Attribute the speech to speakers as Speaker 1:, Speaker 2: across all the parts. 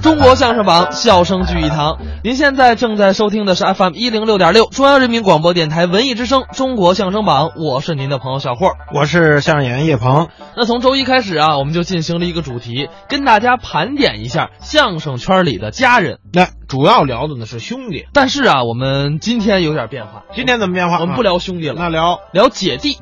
Speaker 1: 中国相声榜，笑声聚一堂。您现在正在收听的是 FM 一零六点六，中央人民广播电台文艺之声《中国相声榜》，我是您的朋友小霍。
Speaker 2: 我是相声演员叶鹏。
Speaker 1: 那从周一开始啊，我们就进行了一个主题，跟大家盘点一下相声圈里的家人。
Speaker 2: 那主要聊的呢是兄弟。
Speaker 1: 但是啊，我们今天有点变化，
Speaker 2: 今天怎么变化？
Speaker 1: 我们不聊兄弟了，
Speaker 2: 啊那聊
Speaker 1: 聊姐弟。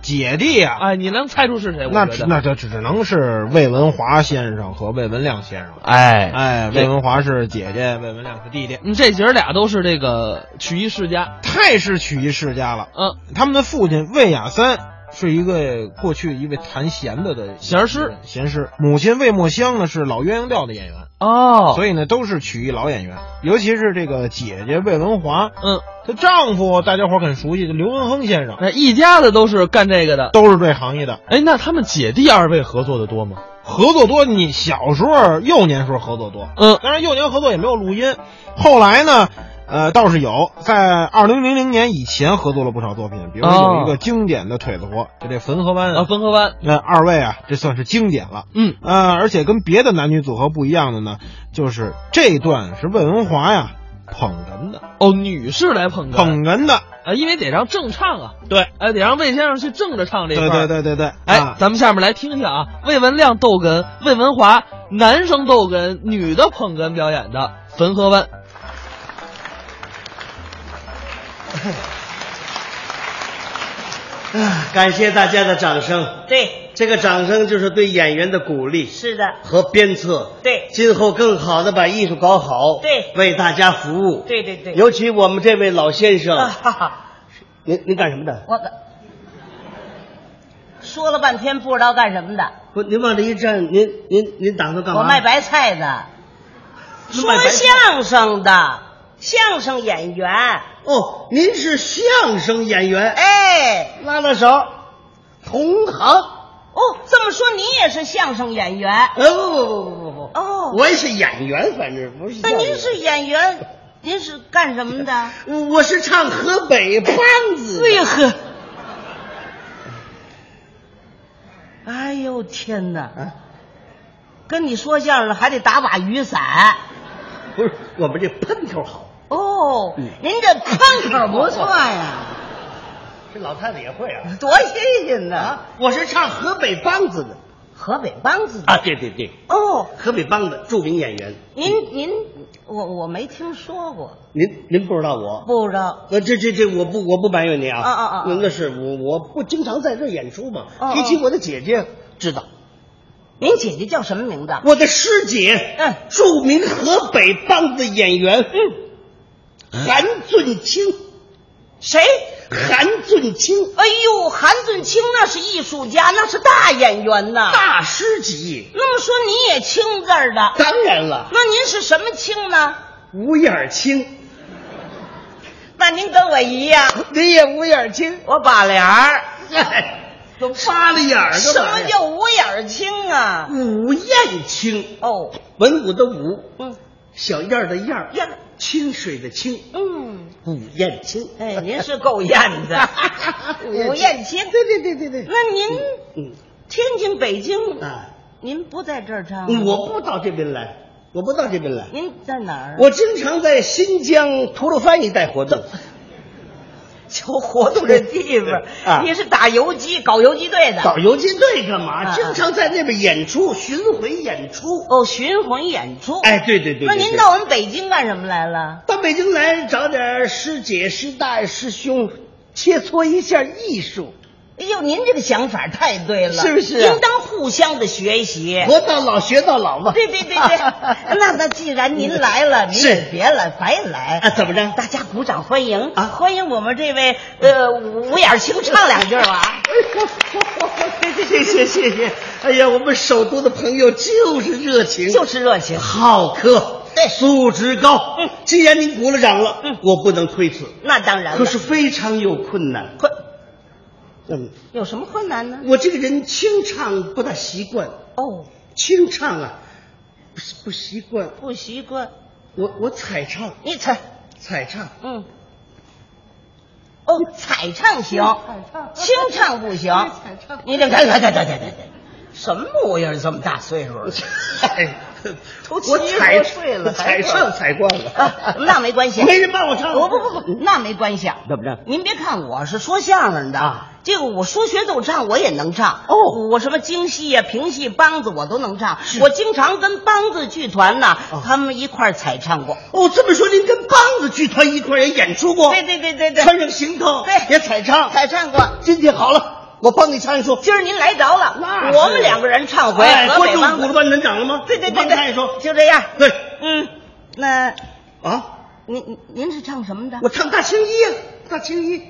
Speaker 2: 姐弟呀、
Speaker 1: 哎，你能猜出是谁？我
Speaker 2: 那
Speaker 1: 觉
Speaker 2: 只
Speaker 1: 得，
Speaker 2: 那这只能是魏文华先生和魏文亮先生了。
Speaker 1: 哎
Speaker 2: 哎，
Speaker 1: 对
Speaker 2: 魏文华是姐姐，魏文亮是弟弟。
Speaker 1: 嗯这姐儿俩都是这个曲艺世家。
Speaker 2: 太是曲艺世家了。
Speaker 1: 嗯，
Speaker 2: 他们的父亲魏雅三是一个过去一位弹弦的的
Speaker 1: 弦师，
Speaker 2: 弦师。母亲魏墨香呢是老鸳鸯调的演员，
Speaker 1: 哦，
Speaker 2: 所以呢都是曲艺老演员。尤其是这个姐姐魏文华，
Speaker 1: 嗯，
Speaker 2: 她丈夫大家伙儿很熟悉的刘文亨先生，
Speaker 1: 那一家子都是干这个的。
Speaker 2: 都是这行业的。
Speaker 1: 哎，那他们姐弟二位合作的多吗？
Speaker 2: 合作多，你小时候幼年时候合作多，
Speaker 1: 嗯，
Speaker 2: 当然幼年合作也没有录音，后来呢，呃，倒是有，在二零零零年以前合作了不少作品，比如
Speaker 1: 哦
Speaker 2: 有一个经典的腿子活，就这汾河湾
Speaker 1: 啊，
Speaker 2: 啊，
Speaker 1: 汾河湾，
Speaker 2: 那、二位啊，这算是经典了。
Speaker 1: 嗯，
Speaker 2: 呃，而且跟别的男女组合不一样的呢，就是这段是魏文华呀捧哏的，
Speaker 1: 哦，女士来捧哏，
Speaker 2: 捧哏的，
Speaker 1: 啊，因为得让正唱啊，
Speaker 2: 对，
Speaker 1: 哎，得让魏先生去正着唱这一
Speaker 2: 对
Speaker 1: 段。对。
Speaker 2: 对对对对，
Speaker 1: 哎
Speaker 2: 啊，
Speaker 1: 咱们下面来听听啊，魏文亮逗哏，魏文华男生逗哏，女的捧哏表演的《汾河湾》。
Speaker 3: 啊，感谢大家的掌声。
Speaker 4: 对，
Speaker 3: 这个掌声就是对演员的鼓励
Speaker 4: 是的，
Speaker 3: 和鞭策。
Speaker 4: 对
Speaker 3: 今后更好的把艺术搞好，
Speaker 4: 对
Speaker 3: 为大家服务。
Speaker 4: 对对对。
Speaker 3: 尤其我们这位老先生，
Speaker 4: 啊哈哈，
Speaker 3: 您您干什么的？
Speaker 4: 我的说了半天不知道干什么的，
Speaker 3: 不，您往这一站，您您您打算干嘛？
Speaker 4: 我卖白菜的，
Speaker 3: 您
Speaker 4: 说
Speaker 3: 卖白菜
Speaker 4: 相声的，相声演员。
Speaker 3: 哦，您是相声演员，
Speaker 4: 哎，
Speaker 3: 拉拉手，同行。
Speaker 4: 哦，这么说你也是相声演员？
Speaker 3: 呃，不不不不不不，
Speaker 4: 哦
Speaker 3: 我也是演员，反正不是
Speaker 4: 那
Speaker 3: 相声。
Speaker 4: 您是演员，您是干什么的？
Speaker 3: 我我是唱河北梆子的。
Speaker 4: 哎呵，哎呦天哪！
Speaker 3: 啊
Speaker 4: 跟你说相声还得打把雨伞。
Speaker 3: 不是我们这喷头好，
Speaker 4: 哦，
Speaker 3: 嗯
Speaker 4: 您这喷口不错呀，
Speaker 3: 这老太太也会啊。
Speaker 4: 多新鲜呢！
Speaker 3: 我是唱河北梆子的
Speaker 4: 河北梆子的
Speaker 3: 啊，对对对，
Speaker 4: 哦，
Speaker 3: 河北梆子著名演员，
Speaker 4: 您您我我没听说过，
Speaker 3: 您您不知道我？
Speaker 4: 不知道。
Speaker 3: 呃，这这这，我不我不埋怨你啊！
Speaker 4: 啊啊啊啊
Speaker 3: 那那是我我不经常在这儿演出嘛。
Speaker 4: 哦哦
Speaker 3: 提起我的姐姐，知道
Speaker 4: 您姐姐叫什么名字？
Speaker 3: 我的师姐，
Speaker 4: 嗯
Speaker 3: 著名河北梆子演员，嗯，韩俊清，哎
Speaker 4: 谁？
Speaker 3: 韩俊清，
Speaker 4: 哎呦，韩俊清那是艺术家，那是大演员呐。
Speaker 3: 大师级。
Speaker 4: 那么说你也青字儿的，
Speaker 3: 当然了，
Speaker 4: 那您是什么青呢？
Speaker 3: 五眼青，
Speaker 4: 那您跟我一样，
Speaker 3: 你也五眼青，
Speaker 4: 我把脸儿。
Speaker 3: 哎， 都扒了眼儿干
Speaker 4: 什
Speaker 3: 嘛
Speaker 4: 么
Speaker 3: 呀
Speaker 4: 叫五眼儿青啊？
Speaker 3: 武燕青，
Speaker 4: 哦，
Speaker 3: 文武的武，
Speaker 4: 嗯
Speaker 3: 小燕儿的燕儿，
Speaker 4: 燕儿
Speaker 3: 清水的清，
Speaker 4: 嗯。
Speaker 3: 武燕青。，
Speaker 4: 哎，您是够燕 子 五燕青。
Speaker 3: 对对对对对。
Speaker 4: 那您
Speaker 3: 嗯
Speaker 4: 天津、北京，
Speaker 3: 啊，嗯
Speaker 4: 您不在这儿唱？啊
Speaker 3: 我不到这边来，我不到这边来，
Speaker 4: 您在哪儿？
Speaker 3: 我经常在新疆吐鲁番一带活动。
Speaker 4: 嗯求活动这地方
Speaker 3: 啊
Speaker 4: 你是打游击、搞游击队的？
Speaker 3: 搞游击队干
Speaker 4: 啊
Speaker 3: 嘛？
Speaker 4: 啊
Speaker 3: 经常在那边演出，巡回演出。
Speaker 4: 哦，巡回演出。
Speaker 3: 哎，，对对对。
Speaker 4: 那
Speaker 3: 对
Speaker 4: 您
Speaker 3: 对
Speaker 4: 到我们北京干什么来了？
Speaker 3: 到北京来找点师姐、师大爷、师兄，切磋一下艺术。
Speaker 4: 哎呦，您这个想法太对了，
Speaker 3: 是不是啊
Speaker 4: 应当互相的学习。
Speaker 3: 活到老学到老吧。
Speaker 4: 哎 对对对 对，那那既然您来了，您
Speaker 3: 嗯是
Speaker 4: 也别来白来
Speaker 3: 啊，怎么着？
Speaker 4: 大家鼓掌欢迎
Speaker 3: 啊
Speaker 4: 欢迎我们这位呃五五眼儿青唱两句儿 吧。啊
Speaker 3: 哎谢谢谢谢，哎呀，我们首都的朋友就是热情，
Speaker 4: 就是热情。
Speaker 3: 好客，
Speaker 4: 对嗯
Speaker 3: 素质高。既然您鼓了掌了，我不能推辞，
Speaker 4: 那当然了，
Speaker 3: 可是非常有困难。
Speaker 4: 困
Speaker 3: 嗯，
Speaker 4: 有什么困难呢？
Speaker 3: 我这个人清唱不大习惯，
Speaker 4: 哦，
Speaker 3: 清唱啊，不是不习惯。
Speaker 4: 不习惯。
Speaker 3: 我我彩唱，
Speaker 4: 你猜，
Speaker 3: 彩唱，
Speaker 4: 嗯，哦，彩唱行，
Speaker 3: 嗯
Speaker 4: 清唱不 行。 你这看看看看看看，什么模样？这么大岁数了。啊
Speaker 3: 哎，
Speaker 4: 都七
Speaker 3: 我
Speaker 4: 十
Speaker 3: 踩
Speaker 4: 多岁了
Speaker 3: 踩
Speaker 4: 还
Speaker 3: 上踩惯
Speaker 4: 啊
Speaker 3: 了，
Speaker 4: 那没关系，
Speaker 3: 没人帮我唱，
Speaker 4: 不不不不，那没关系。
Speaker 3: 啊
Speaker 4: 啊
Speaker 3: 怎么着
Speaker 4: 您别看我是说相声的，
Speaker 3: 啊
Speaker 4: 这个我说学逗唱我也能唱
Speaker 3: 哦
Speaker 4: 我什么京戏呀、评戏、梆子我都能唱。我经常跟梆子剧团呐，他们一块儿采唱过。
Speaker 3: 哦，这么说您跟梆子剧团一块儿也演出过？
Speaker 4: 对对对对对，
Speaker 3: 穿上行头，
Speaker 4: 对
Speaker 3: 也采唱。
Speaker 4: 采唱过。
Speaker 3: 今天好了，我帮你唱一出。
Speaker 4: 今儿您来着了，
Speaker 3: 那是
Speaker 4: 我们两个人唱回
Speaker 3: 哎，
Speaker 4: 河
Speaker 3: 观
Speaker 4: 北
Speaker 3: 众
Speaker 4: 梆
Speaker 3: 鼓
Speaker 4: 子。
Speaker 3: 着班门掌了吗？
Speaker 4: 对对对
Speaker 3: 我帮你唱一出。
Speaker 4: 对，就这样。
Speaker 3: 对
Speaker 4: 嗯，那
Speaker 3: 啊，
Speaker 4: 您您您是唱什么的？
Speaker 3: 我唱大青衣啊，大青衣，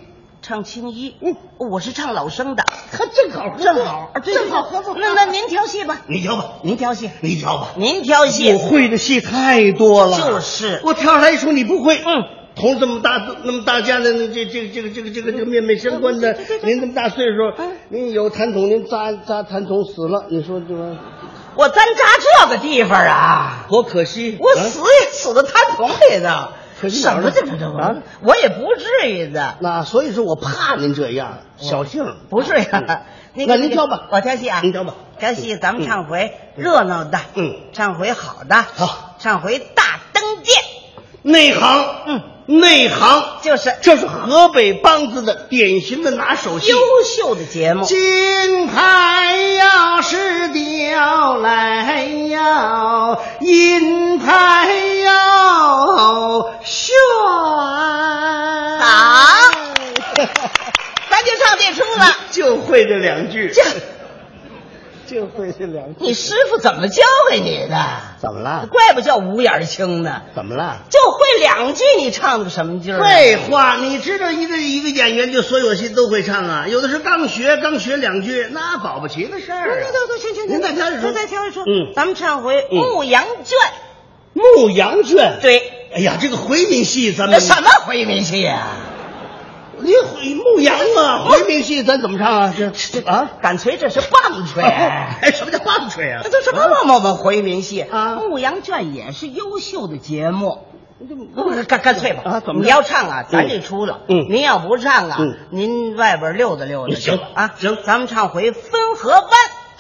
Speaker 4: 唱青衣。
Speaker 3: 嗯，
Speaker 4: 我是唱老生的。
Speaker 3: 他正好合作
Speaker 4: 正好，啊对
Speaker 3: 正好合作。
Speaker 4: 那那您挑戏吧，
Speaker 3: 你挑吧，
Speaker 4: 您挑戏，
Speaker 3: 你挑吧。
Speaker 4: 您挑戏
Speaker 3: 我。会的戏太多了，
Speaker 4: 就是
Speaker 3: 我挑出来一出你不会，嗯。同这么大那么大家的那这这这个这个这个这个面面相关的，您这么大岁数，
Speaker 4: 嗯
Speaker 3: 您有痰桶，您扎扎痰桶死了，你说这玩意儿
Speaker 4: 我咱扎这个地方啊，
Speaker 3: 多可惜！
Speaker 4: 我
Speaker 3: 啊
Speaker 4: 死也死到痰桶里头，
Speaker 3: 可是
Speaker 4: 什
Speaker 3: 哪
Speaker 4: 么
Speaker 3: 儿呢
Speaker 4: 这这这玩意儿
Speaker 3: 啊
Speaker 4: 我也不至于的，
Speaker 3: 那所以说我怕您这样，小性儿
Speaker 4: 不至于
Speaker 3: 嗯。
Speaker 4: 个
Speaker 3: 那您挑吧，
Speaker 4: 我挑戏啊，
Speaker 3: 您挑吧，
Speaker 4: 挑戏咱们
Speaker 3: 嗯
Speaker 4: 唱回热闹的，
Speaker 3: 嗯，
Speaker 4: 唱回好的，
Speaker 3: 好，
Speaker 4: 唱回大灯见，
Speaker 3: 内行，嗯，内行，
Speaker 4: 就是
Speaker 3: 这是河北梆子的典型的拿手戏。
Speaker 4: 优秀的节目。
Speaker 3: 金牌呀是调来呀，银牌要炫。
Speaker 4: 好，咱就唱这出了。
Speaker 3: 就会这两句，
Speaker 4: 这
Speaker 3: 就会这两句。
Speaker 4: 你师傅怎么教给你的？
Speaker 3: 怎么了？
Speaker 4: 怪不叫五眼青呢，
Speaker 3: 怎么了？
Speaker 4: 就会两句，你唱的个什么劲儿？，啊
Speaker 3: 废话，你知道一个一个演员就所有戏都会唱啊，有的是刚学刚学两句，那保不齐的事儿、啊
Speaker 4: 对。对对，行行行，
Speaker 3: 您再挑一首
Speaker 4: 再挑一首，
Speaker 3: 嗯
Speaker 4: 咱们唱回《
Speaker 3: 嗯
Speaker 4: 牧羊圈
Speaker 3: 牧羊圈》。，
Speaker 4: 对，
Speaker 3: 哎呀，这个回民戏咱
Speaker 4: 那
Speaker 3: 们
Speaker 4: 什么回民戏呀？
Speaker 3: 你回牧羊啊，回民戏咱怎么唱啊？这这啊，
Speaker 4: 哦干脆这是棒槌。
Speaker 3: 哎，什么叫棒槌啊
Speaker 4: 这？都什么我们回民戏
Speaker 3: 啊
Speaker 4: 牧羊圈也是优秀的节目。
Speaker 3: 不
Speaker 4: 不是干干脆吧
Speaker 3: 啊，怎么着
Speaker 4: 你要唱啊，咱这出了。
Speaker 3: 嗯
Speaker 4: 您要不唱啊，
Speaker 3: 嗯
Speaker 4: 您外边溜达溜达去
Speaker 3: 行
Speaker 4: 啊，
Speaker 3: 行
Speaker 4: 咱们唱回汾河湾，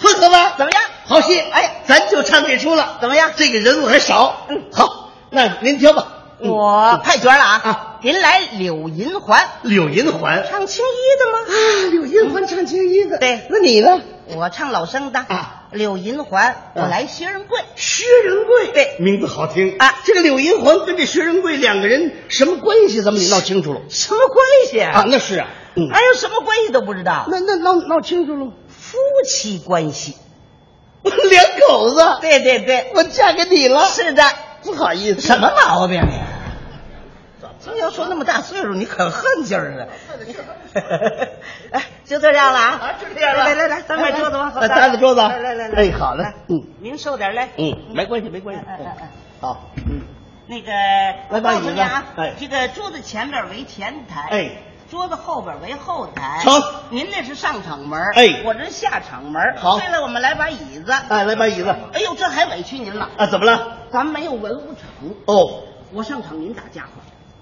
Speaker 3: 混合吧？
Speaker 4: 怎么样？
Speaker 3: 好戏，
Speaker 4: 哎，
Speaker 3: 咱就唱这出了。
Speaker 4: 怎么样
Speaker 3: 这个人物还少。嗯，好，那您挑吧。嗯
Speaker 4: 我太绝了啊！
Speaker 3: 啊
Speaker 4: 您来柳银环，
Speaker 3: 柳银环
Speaker 4: 唱青衣
Speaker 3: 啊柳银环唱青衣的
Speaker 4: 对
Speaker 3: 那你呢？
Speaker 4: 的吗？我唱老生的
Speaker 3: 啊。
Speaker 4: 柳银环，我
Speaker 3: 啊
Speaker 4: 来薛仁贵，
Speaker 3: 薛仁贵，
Speaker 4: 对
Speaker 3: 名字好听
Speaker 4: 啊
Speaker 3: 这个柳银环跟这薛仁贵两个人什么关系？咱们得闹清楚了
Speaker 4: 什么关系
Speaker 3: 啊！？那是啊，嗯，
Speaker 4: 哎哎呦，什么关系都不知道，
Speaker 3: 那那闹闹清楚了，
Speaker 4: 夫妻关系。
Speaker 3: 两口子，
Speaker 4: 对对对，
Speaker 3: 我嫁给你了，
Speaker 4: 是的。
Speaker 3: 不好意思，
Speaker 4: 什么毛病呀？这要说那么大岁数，你可恨劲儿了。 哎，就这样了啊！
Speaker 3: 就这样了
Speaker 4: 来来来，咱把桌子往后
Speaker 3: 哎搭个桌子啊
Speaker 4: 来来来，
Speaker 3: 哎好嘞
Speaker 4: 来
Speaker 3: 嗯，
Speaker 4: 您受点儿来。
Speaker 3: 嗯，没关系，没关系
Speaker 4: 哎哎哎，
Speaker 3: 好，嗯，
Speaker 4: 那个，
Speaker 3: 来
Speaker 4: 我
Speaker 3: 把
Speaker 4: 告
Speaker 3: 椅子
Speaker 4: 诉你啊
Speaker 3: 哎，
Speaker 4: 这个桌子前边为前台，
Speaker 3: 哎，
Speaker 4: 桌子后边为后台。
Speaker 3: 成
Speaker 4: 您那是上场门，
Speaker 3: 哎
Speaker 4: 我这是下场门。
Speaker 3: 好
Speaker 4: 对了，我们来把椅子。
Speaker 3: 哎，来把椅子
Speaker 4: 哎呦，这还委屈您了，
Speaker 3: 啊，怎么了？
Speaker 4: 咱没有文武场。
Speaker 3: 哦，
Speaker 4: 我上场您打架话，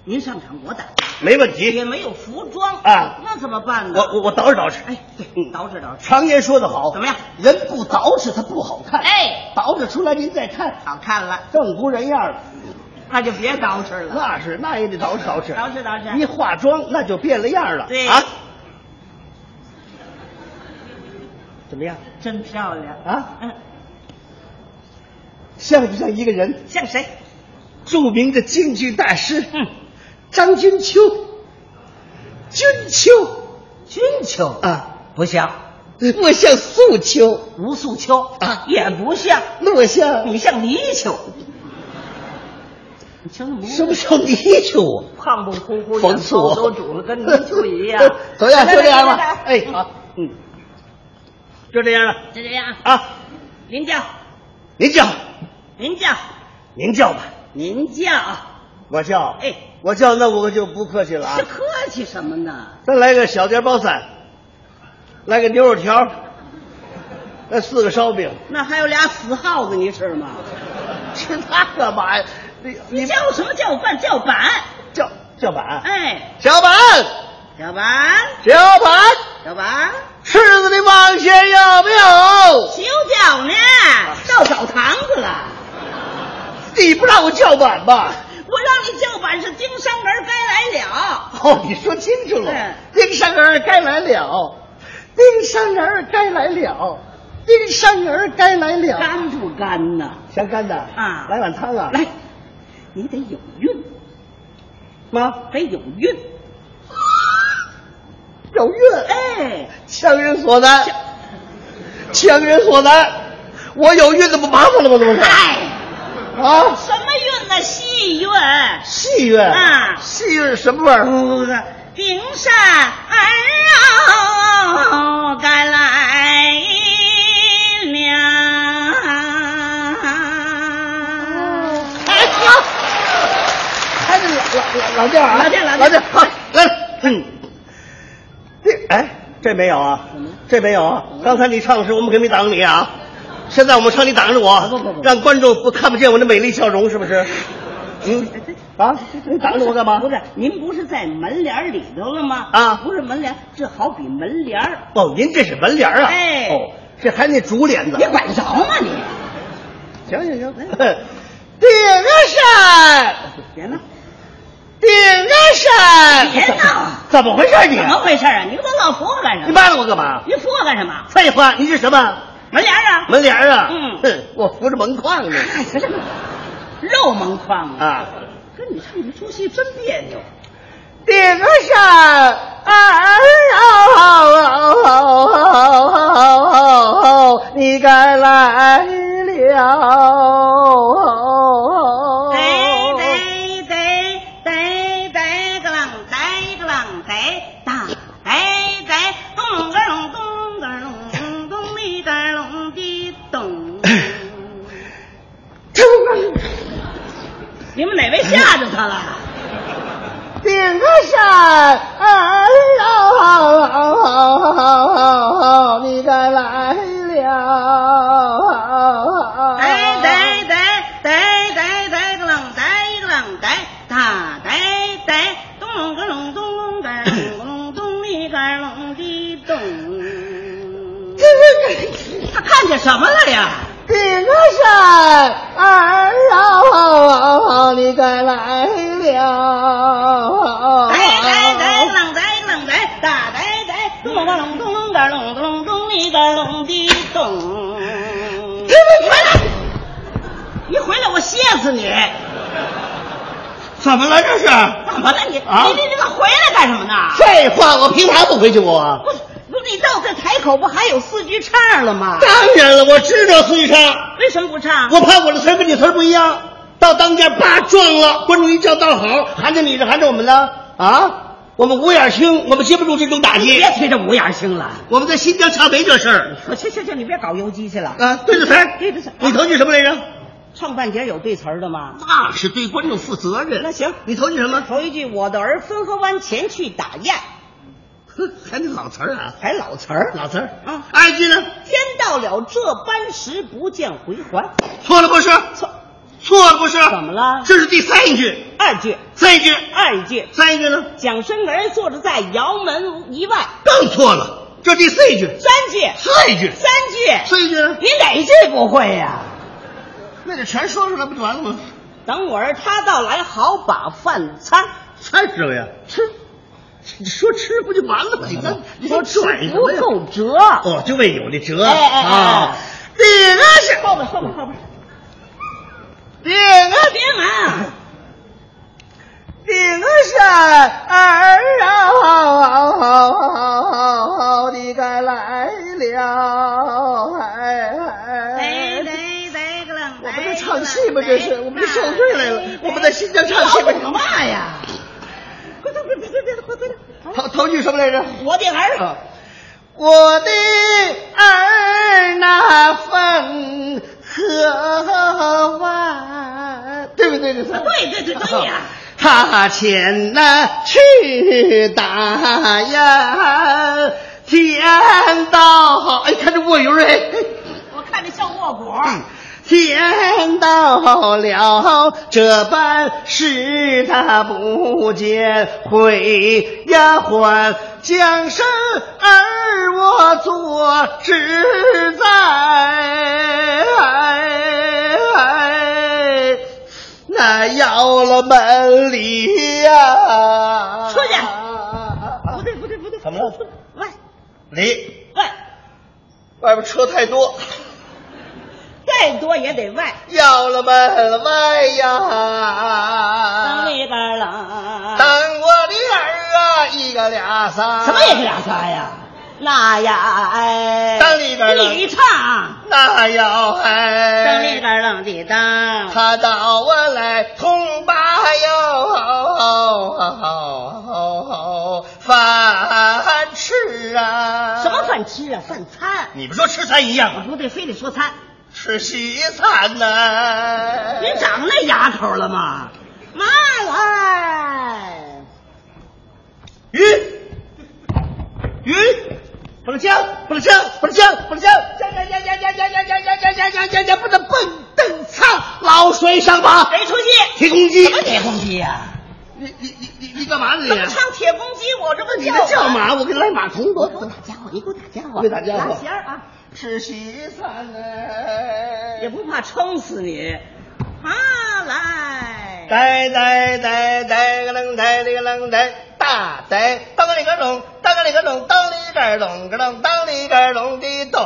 Speaker 4: 您上场我打架，
Speaker 3: 没问
Speaker 4: 也
Speaker 3: 题，
Speaker 4: 没有服装
Speaker 3: 啊
Speaker 4: 那怎么办呢？
Speaker 3: 我我我捯饬捯饬。
Speaker 4: 哎，对，
Speaker 3: 嗯
Speaker 4: 捯饬捯饬，
Speaker 3: 常言说得好，
Speaker 4: 怎么样
Speaker 3: 人不捯饬他不好看，
Speaker 4: 哎，
Speaker 3: 捯饬出来您再看，
Speaker 4: 好看了，
Speaker 3: 正不人样了。
Speaker 4: 那就别捯饬了。
Speaker 3: 那是，那也得捯饬捯饬，
Speaker 4: 捯饬捯饬
Speaker 3: 一化妆那就变了样了。
Speaker 4: 对
Speaker 3: 啊，怎么样？
Speaker 4: 真漂亮
Speaker 3: 啊！
Speaker 4: 嗯，
Speaker 3: 像不像一个人？
Speaker 4: 像谁？
Speaker 3: 著名的京剧大师，
Speaker 4: 嗯，
Speaker 3: 张君秋，君秋
Speaker 4: 君秋，
Speaker 3: 啊，
Speaker 4: 不像；
Speaker 3: 我像素秋，
Speaker 4: 吴素秋
Speaker 3: 啊
Speaker 4: 也不像，
Speaker 3: 那我像
Speaker 4: 你像泥鳅。你听着，
Speaker 3: 什么叫泥鳅啊？
Speaker 4: 胖胖乎乎，
Speaker 3: 讽刺我，。
Speaker 4: 都煮了，跟泥鳅一样
Speaker 3: 怎么样？
Speaker 4: 来
Speaker 3: 就这样吧。
Speaker 4: 来来
Speaker 3: 哎，
Speaker 4: 来
Speaker 3: 好，嗯，就这样了
Speaker 4: 就这样。
Speaker 3: 啊。
Speaker 4: 您叫，
Speaker 3: 您叫，
Speaker 4: 您叫，
Speaker 3: 您叫吧。
Speaker 4: 您叫。
Speaker 3: 我叫，
Speaker 4: 哎，
Speaker 3: 我叫，那我就不客气了啊
Speaker 4: 这。客气什么呢？
Speaker 3: 再来个小碟包散，来个牛肉条，来四个 烧饼，
Speaker 4: 那还有俩死耗子，你吃吗？
Speaker 3: 吃它干嘛呀？你
Speaker 4: 你叫什么叫板？叫板？
Speaker 3: 叫叫板，
Speaker 4: 哎，
Speaker 3: 小板，
Speaker 4: 小板，
Speaker 3: 小板，
Speaker 4: 小板，
Speaker 3: 狮子的王爷有没有？
Speaker 4: 修脚呢，到澡堂子了。
Speaker 3: 你不让我叫板吧？
Speaker 4: 我让你叫板是丁香儿该来了。
Speaker 3: 哦，你说清楚了
Speaker 4: 嗯，
Speaker 3: 丁山儿该来了，丁山儿该来了，丁山儿该来了。
Speaker 4: 干不干呐？
Speaker 3: 想干的
Speaker 4: 啊
Speaker 3: 来碗汤啊！
Speaker 4: 来，你得有韵，
Speaker 3: 妈，
Speaker 4: 得有韵。
Speaker 3: 有韵，
Speaker 4: 哎，
Speaker 3: 强人所难，强人所难。我有韵，那不麻烦了吗？这不是
Speaker 4: 哎，
Speaker 3: 啊？
Speaker 4: 什么韵呢？哎戏韵。
Speaker 3: 戏韵
Speaker 4: 啊
Speaker 3: 戏韵是什么味儿？
Speaker 4: 丁山儿啊，该来了。
Speaker 3: 哎，好，还是老老老调啊，
Speaker 4: 老调老调
Speaker 3: 老调，好，来了，嗯，这哎，这没有啊，这没有啊，刚才你唱的时候我们可没挡你啊，现在我们唱你挡着我，
Speaker 4: 不不不
Speaker 3: 让观众不看不见我的美丽笑容，是不是？嗯，啊，你挡着我干嘛
Speaker 4: 不？是，您不是在门帘儿里头了吗？
Speaker 3: 啊
Speaker 4: 不是门帘，这好比门帘儿
Speaker 3: 哦，您这是门帘儿啊，
Speaker 4: 哎
Speaker 3: 哦，这还那竹帘子，
Speaker 4: 你管着吗你？
Speaker 3: 行行行，顶山，
Speaker 4: 别闹，
Speaker 3: 顶山，
Speaker 4: 别闹
Speaker 3: 怎么回事你？
Speaker 4: 怎么回事啊？你给我老扶我干什
Speaker 3: 你
Speaker 4: 么？
Speaker 3: 扒拉我干嘛？
Speaker 4: 你扶我干什么？
Speaker 3: 废话，你是什么
Speaker 4: 门帘儿啊？
Speaker 3: 门帘儿啊？
Speaker 4: 嗯
Speaker 3: 哼，我扶着门框呢。
Speaker 4: 哎行了肉门框啊！
Speaker 3: 啊，
Speaker 4: 跟你唱这出戏真别扭。
Speaker 3: 顶上儿哦，你该来了。
Speaker 4: 得得得得得个啷得个啷得当得得咚个隆咚个隆咚里个隆的咚。你们哪位吓着他了？
Speaker 3: 顶山儿哦，你该来了。
Speaker 4: 呆呆呆呆呆呆个啷呆个啷呆大呆呆咚个隆咚隆个隆咚咚里个隆的咚。他看见什么了呀？
Speaker 3: 顶山儿啊，你该来了。
Speaker 4: 呆呆呆个啷呆个啷呆大呆呆咚个隆咚隆个隆咚咚里个隆的咚。你回来！一回来我歇死你！
Speaker 3: 怎么了这是？
Speaker 4: 怎么了你？
Speaker 3: 啊
Speaker 4: 你你你怎么回来干什么呢？
Speaker 3: 废话，我凭啥不回去我啊？
Speaker 4: 不是，不是你到这台口不还有四句唱了吗？
Speaker 3: 当然了，我知道自己唱，
Speaker 4: 为什么不唱？
Speaker 3: 我怕我的词儿跟你词儿不一样。到当家叭撞了，观众一叫倒好，含着你的含着我们的啊，我们五眼青，我们接不住这种打击
Speaker 4: 别。提这五眼星了。
Speaker 3: 我们在新疆唱没这事儿
Speaker 4: 我去去去，你别搞游击去了。
Speaker 3: 啊，对着词儿，
Speaker 4: 嗯对着词儿
Speaker 3: 你头句什么来着？
Speaker 4: 唱半截有对词儿的吗？
Speaker 3: 那是对观众负责任
Speaker 4: 那行
Speaker 3: 你头句什么？
Speaker 4: 头一句“我的儿汾河湾前去打雁
Speaker 3: 哼，还得老词儿啊”，，
Speaker 4: 还老词儿。
Speaker 3: 老词儿哎
Speaker 4: 啊
Speaker 3: 二句呢？
Speaker 4: 天到了这般时，不见回还。
Speaker 3: 错了不是？
Speaker 4: 错，
Speaker 3: 错了不是？
Speaker 4: 怎么了
Speaker 3: 这是第三句，
Speaker 4: 二句，
Speaker 3: 三句，
Speaker 4: 二句，
Speaker 3: 三句呢？
Speaker 4: 蒋生儿坐着在窑门以外。
Speaker 3: 更错了，这第四句，
Speaker 4: 三句，
Speaker 3: 四句，
Speaker 4: 三句，
Speaker 3: 四句呢？
Speaker 4: 你哪句不会呀、
Speaker 3: 那就全说出来不就完了吗？
Speaker 4: 等我儿他到来，好把饭餐。
Speaker 3: 三十个呀，吃，你说吃不就完了吗？你看，你说
Speaker 4: 哎吃
Speaker 3: 拽什
Speaker 4: 不
Speaker 3: 么呀？
Speaker 4: 够折。
Speaker 3: 哦，就为有的折
Speaker 4: 哎哎哎
Speaker 3: 啊！
Speaker 4: 这个是后边后边后边，
Speaker 3: 顶个
Speaker 4: 别忙，
Speaker 3: 顶个山儿啊，你该来了，哎
Speaker 4: 得得得个啷，
Speaker 3: 我们这唱戏吗？这是我们这受罪来了。我们在新疆唱戏
Speaker 4: 干什
Speaker 3: 吗？
Speaker 4: 嘛呀？快快快快快快快！
Speaker 3: 头头句什么来着？
Speaker 4: 我的儿，
Speaker 3: 啊，我的儿那份河湾，对不对？这是
Speaker 4: 对对对对呀。
Speaker 3: 啊他前来去打呀，天道好，哎，看这卧云儿哎。
Speaker 4: 我看着像卧果。
Speaker 3: 嗯天到了这般时，他不见回呀还。将生儿我坐实在，那要了门里呀！
Speaker 4: 出去不对不对不对，
Speaker 3: 怎么了？
Speaker 4: 喂
Speaker 3: 离，
Speaker 4: 喂，
Speaker 3: 外边车太多，
Speaker 4: 再多也得喂。
Speaker 3: 要了门外
Speaker 4: 当
Speaker 3: 呀！
Speaker 4: 里边冷，
Speaker 3: 当我的儿啊，一个俩仨，
Speaker 4: 什么也是俩仨呀？那呀哎，
Speaker 3: 当里边冷
Speaker 4: 你唱，
Speaker 3: 那要
Speaker 4: 当里
Speaker 3: 哎，
Speaker 4: 边冷的当，
Speaker 3: 他找我来同把哟，饭吃啊！
Speaker 4: 什么？饭吃啊？饭餐，
Speaker 3: 你们说吃咱一样
Speaker 4: 我
Speaker 3: 吗？
Speaker 4: 不对，非得说餐。
Speaker 3: 吃西餐呢、
Speaker 4: 您长那牙口了吗？妈哎来，
Speaker 3: 鱼，鱼，不能枪，不能枪，不能枪，不能枪，枪枪枪枪枪枪枪枪枪枪枪枪枪，不能蹦蹬唱，老水上马，
Speaker 4: 谁出去？
Speaker 3: 铁公鸡
Speaker 4: 什么铁公鸡呀、
Speaker 3: 你你你你你干嘛呢你
Speaker 4: 怎？么唱铁公鸡？我这不
Speaker 3: 你
Speaker 4: 叫
Speaker 3: 这叫
Speaker 4: 吗？
Speaker 3: 马，我给你来马童
Speaker 4: 我
Speaker 3: 多
Speaker 4: 给我打家伙，你给我打家伙，
Speaker 3: 给打家伙
Speaker 4: 拿弦儿啊，
Speaker 3: 吃西餐呢
Speaker 4: 也不怕撑死你。妈来，
Speaker 3: 呆呆呆呆个楞呆这个楞呆大呆当个里个隆当个里个隆当里个隆个隆当里个隆的咚。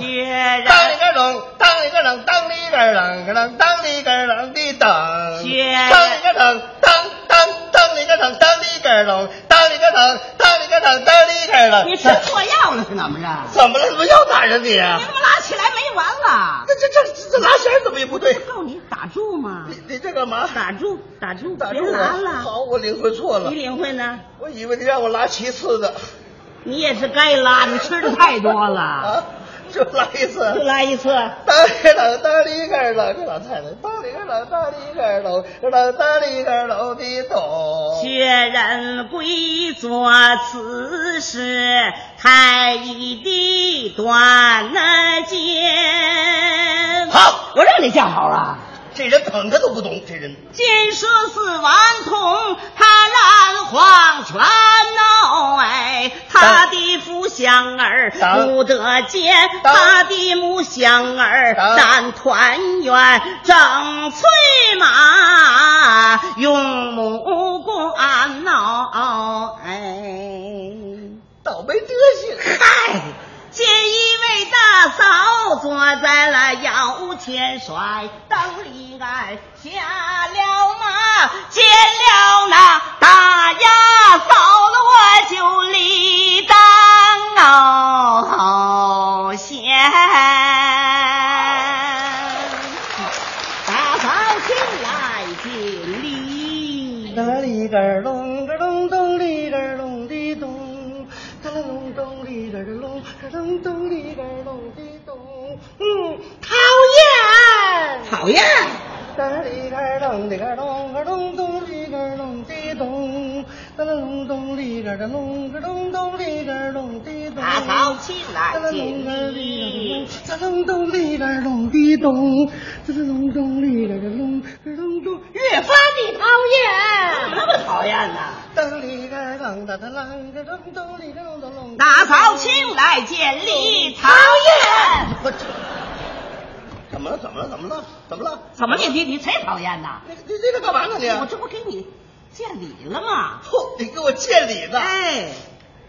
Speaker 4: 薛
Speaker 3: 当里
Speaker 4: 然，
Speaker 3: 个隆，当里个隆，当里个啷个啷，当里个啷的当。当
Speaker 4: 薛
Speaker 3: 里个啷，当当当里个啷，当里个啷，当里个啷，当里个啷，当里个啷。
Speaker 4: 你吃啊错药了是怎么着？
Speaker 3: 怎么了？怎么又打人你
Speaker 4: 你
Speaker 3: 啊
Speaker 4: 怎？么拉起来没完了？
Speaker 3: 这这这这这拉弦儿怎么也不对
Speaker 4: 我？告诉你，打住嘛，
Speaker 3: 你你这干嘛？
Speaker 4: 打住，打住，
Speaker 3: 打
Speaker 4: 别
Speaker 3: 住我
Speaker 4: 拉了。
Speaker 3: 好，我领会错了
Speaker 4: 你。领会呢？
Speaker 3: 我以为你让我拉其次的
Speaker 4: 你也是该拉，你吃的太多了，
Speaker 3: 啊，就拉一次。
Speaker 4: 就拉一次。
Speaker 3: 当里冷，当里个冷，这老太太，当里个冷，当里个冷，冷当里个冷的懂。
Speaker 4: 薛仁贵做此事，太医的断了剑。
Speaker 3: 好，
Speaker 4: 我让你叫好了。
Speaker 3: 这人捧他都不懂，这人
Speaker 4: 金蛇四顽童，他染黄泉哦，哎，他的父相儿
Speaker 3: 当
Speaker 4: 不得见，
Speaker 3: 当
Speaker 4: 他的母相儿
Speaker 3: 当
Speaker 4: 难团圆，正催马用母官哦，哎。
Speaker 3: 倒霉德行。
Speaker 4: 嗨，见一位大嫂坐在了摇前甩，当里俺下了马，见了那大丫嫂了我就立当哦先。大嫂进来敬礼。
Speaker 3: 当里个隆个隆咚里个隆的咚，当啷隆咚里个隆个隆咚里个隆的咚。嗯，
Speaker 4: 讨厌，讨厌，
Speaker 3: 当里个隆里个隆个隆咚里个隆的咚，当啷隆咚里个隆个隆咚里个隆的咚。
Speaker 4: 大嫂进来敬礼。
Speaker 3: 隆咚里个隆的咚，隆咚里个隆隆咚。
Speaker 4: 越发的讨厌，怎么那么讨厌呢？
Speaker 3: 噔里个噔噔噔啷个噔噔里个噔噔噔。
Speaker 4: 大嫂请来见礼，讨厌。
Speaker 3: 我这怎么了？怎么了？怎么了？怎么了？
Speaker 4: 怎么你你你谁讨厌呐？
Speaker 3: 你你你这干嘛呢你？
Speaker 4: 我这不给你见礼了吗？
Speaker 3: 嚯！你给我见礼呢？
Speaker 4: 哎，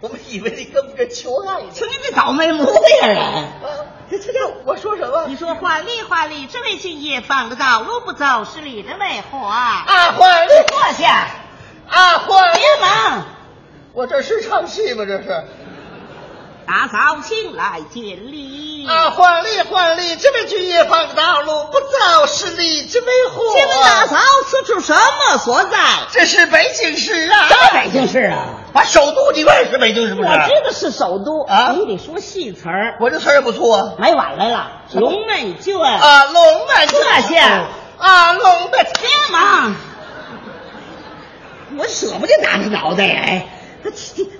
Speaker 3: 我们以为你跟不跟求爱呢。
Speaker 4: 瞧您这倒霉模样啊！
Speaker 3: 啊！这这这，我说什么
Speaker 4: 你？说话里话里，这位俊爷放个道，路不走十里的啊外花。
Speaker 3: 阿花
Speaker 4: 你坐下，
Speaker 3: 阿花
Speaker 4: 别忙。
Speaker 3: 我这是唱戏吗？这是。
Speaker 4: 大嫂请来见礼。
Speaker 3: 啊，换力换力，这边去夜放大路，不造势力，这为火。
Speaker 4: 请问大嫂此处什么所在？
Speaker 3: 啊这是北京市啊！
Speaker 4: 京市啊？
Speaker 3: 把首都你也是北京是不是？
Speaker 4: 我知道是首都
Speaker 3: 啊
Speaker 4: 你得说戏词儿。
Speaker 3: 我这词儿也不错啊。
Speaker 4: 买晚来了，龙妹眷，
Speaker 3: 啊，龙门
Speaker 4: 坐下。
Speaker 3: 啊，龙门。
Speaker 4: 别忙，我舍不得打他脑袋哎。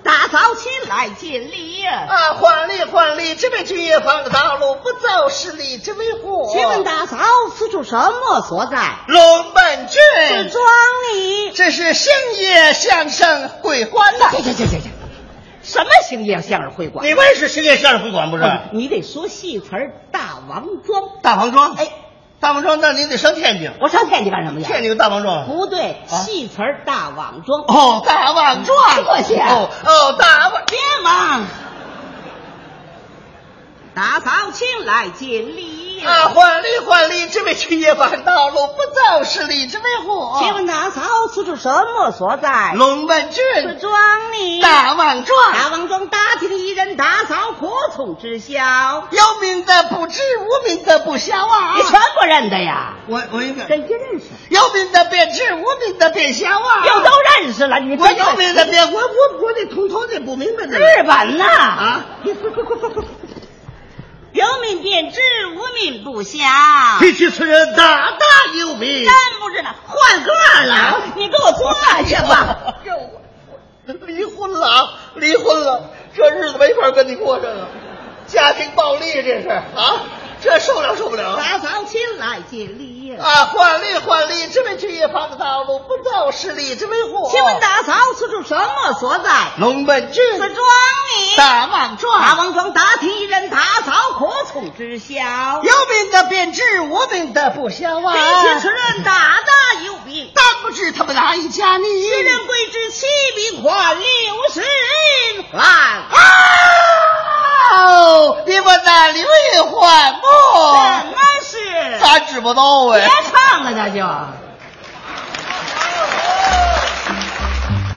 Speaker 4: 打早起来尽力呀。
Speaker 3: 啊，换力换力，这边去夜放大路，不造势力，这为火。
Speaker 4: 请问大嫂此处什么所在？
Speaker 3: 龙门
Speaker 4: 是
Speaker 3: 郡，
Speaker 4: 庄里。
Speaker 3: 这是兴业相声会馆呐。
Speaker 4: 行行行行行，什么兴业相声会馆？啊
Speaker 3: 你
Speaker 4: 嗯
Speaker 3: 们是兴业相声会馆不是？
Speaker 4: 你得说戏词儿，大王庄。
Speaker 3: 大王庄，
Speaker 4: 哎，
Speaker 3: 大大王庄，那你得上天津，
Speaker 4: 我上天津干什么去？
Speaker 3: 天津有大王庄。
Speaker 4: 不对，戏词儿大王庄。
Speaker 3: 啊
Speaker 4: 啊
Speaker 3: 哦，大王庄，
Speaker 4: 客气
Speaker 3: 哦哦，大王，
Speaker 4: 别忙，打扫请来尽力。
Speaker 3: 啊，还礼还礼，只为去夜半道路不走十里，只为火。
Speaker 4: 请问打扫此处什么所在？
Speaker 3: 龙门
Speaker 4: 是
Speaker 3: 郡
Speaker 4: 庄里。
Speaker 3: 大王庄，
Speaker 4: 大王庄打听一人打扫，何从知晓？
Speaker 3: 有名的不知，无名的不晓啊。
Speaker 4: 你全不认得呀？
Speaker 3: 我我一个，
Speaker 4: 真不认识，
Speaker 3: 有名的便知，无名的便晓啊。
Speaker 4: 又都认识了，你
Speaker 3: 我
Speaker 4: 这
Speaker 3: 有名的便，我我我得通通得不明白这
Speaker 4: 日本呐
Speaker 3: 啊。
Speaker 4: 有名便知，无名不晓。啊
Speaker 3: 提起此人大大有名
Speaker 4: 真不知道，换个
Speaker 3: 啊
Speaker 4: 了，你给我坐下吧。
Speaker 3: 这我我离婚了啊，离婚了，这日子没法跟你过这个，家庭暴力这是啊，这受不了受不了
Speaker 4: 打扫请来尽力。
Speaker 3: 啊！换例换例，只为去夜半的道路，不走十里之为祸。
Speaker 4: 请问打扫此处什么所在？
Speaker 3: 龙门郡
Speaker 4: 是庄里。
Speaker 3: 大莽庄，
Speaker 4: 大王庄打听一人打扫，何从知晓？
Speaker 3: 有病的便治，无病的不消啊。
Speaker 4: 比起此人大大有名，
Speaker 3: 但不知他们哪一家呢？
Speaker 4: 此人贵至七品官，六十银
Speaker 3: 啊
Speaker 4: 环。！
Speaker 3: 哦，你们那刘一换不？
Speaker 4: 怎么是？
Speaker 3: 哦咱知不道
Speaker 4: 别
Speaker 3: 哎。
Speaker 4: 唱了，那就。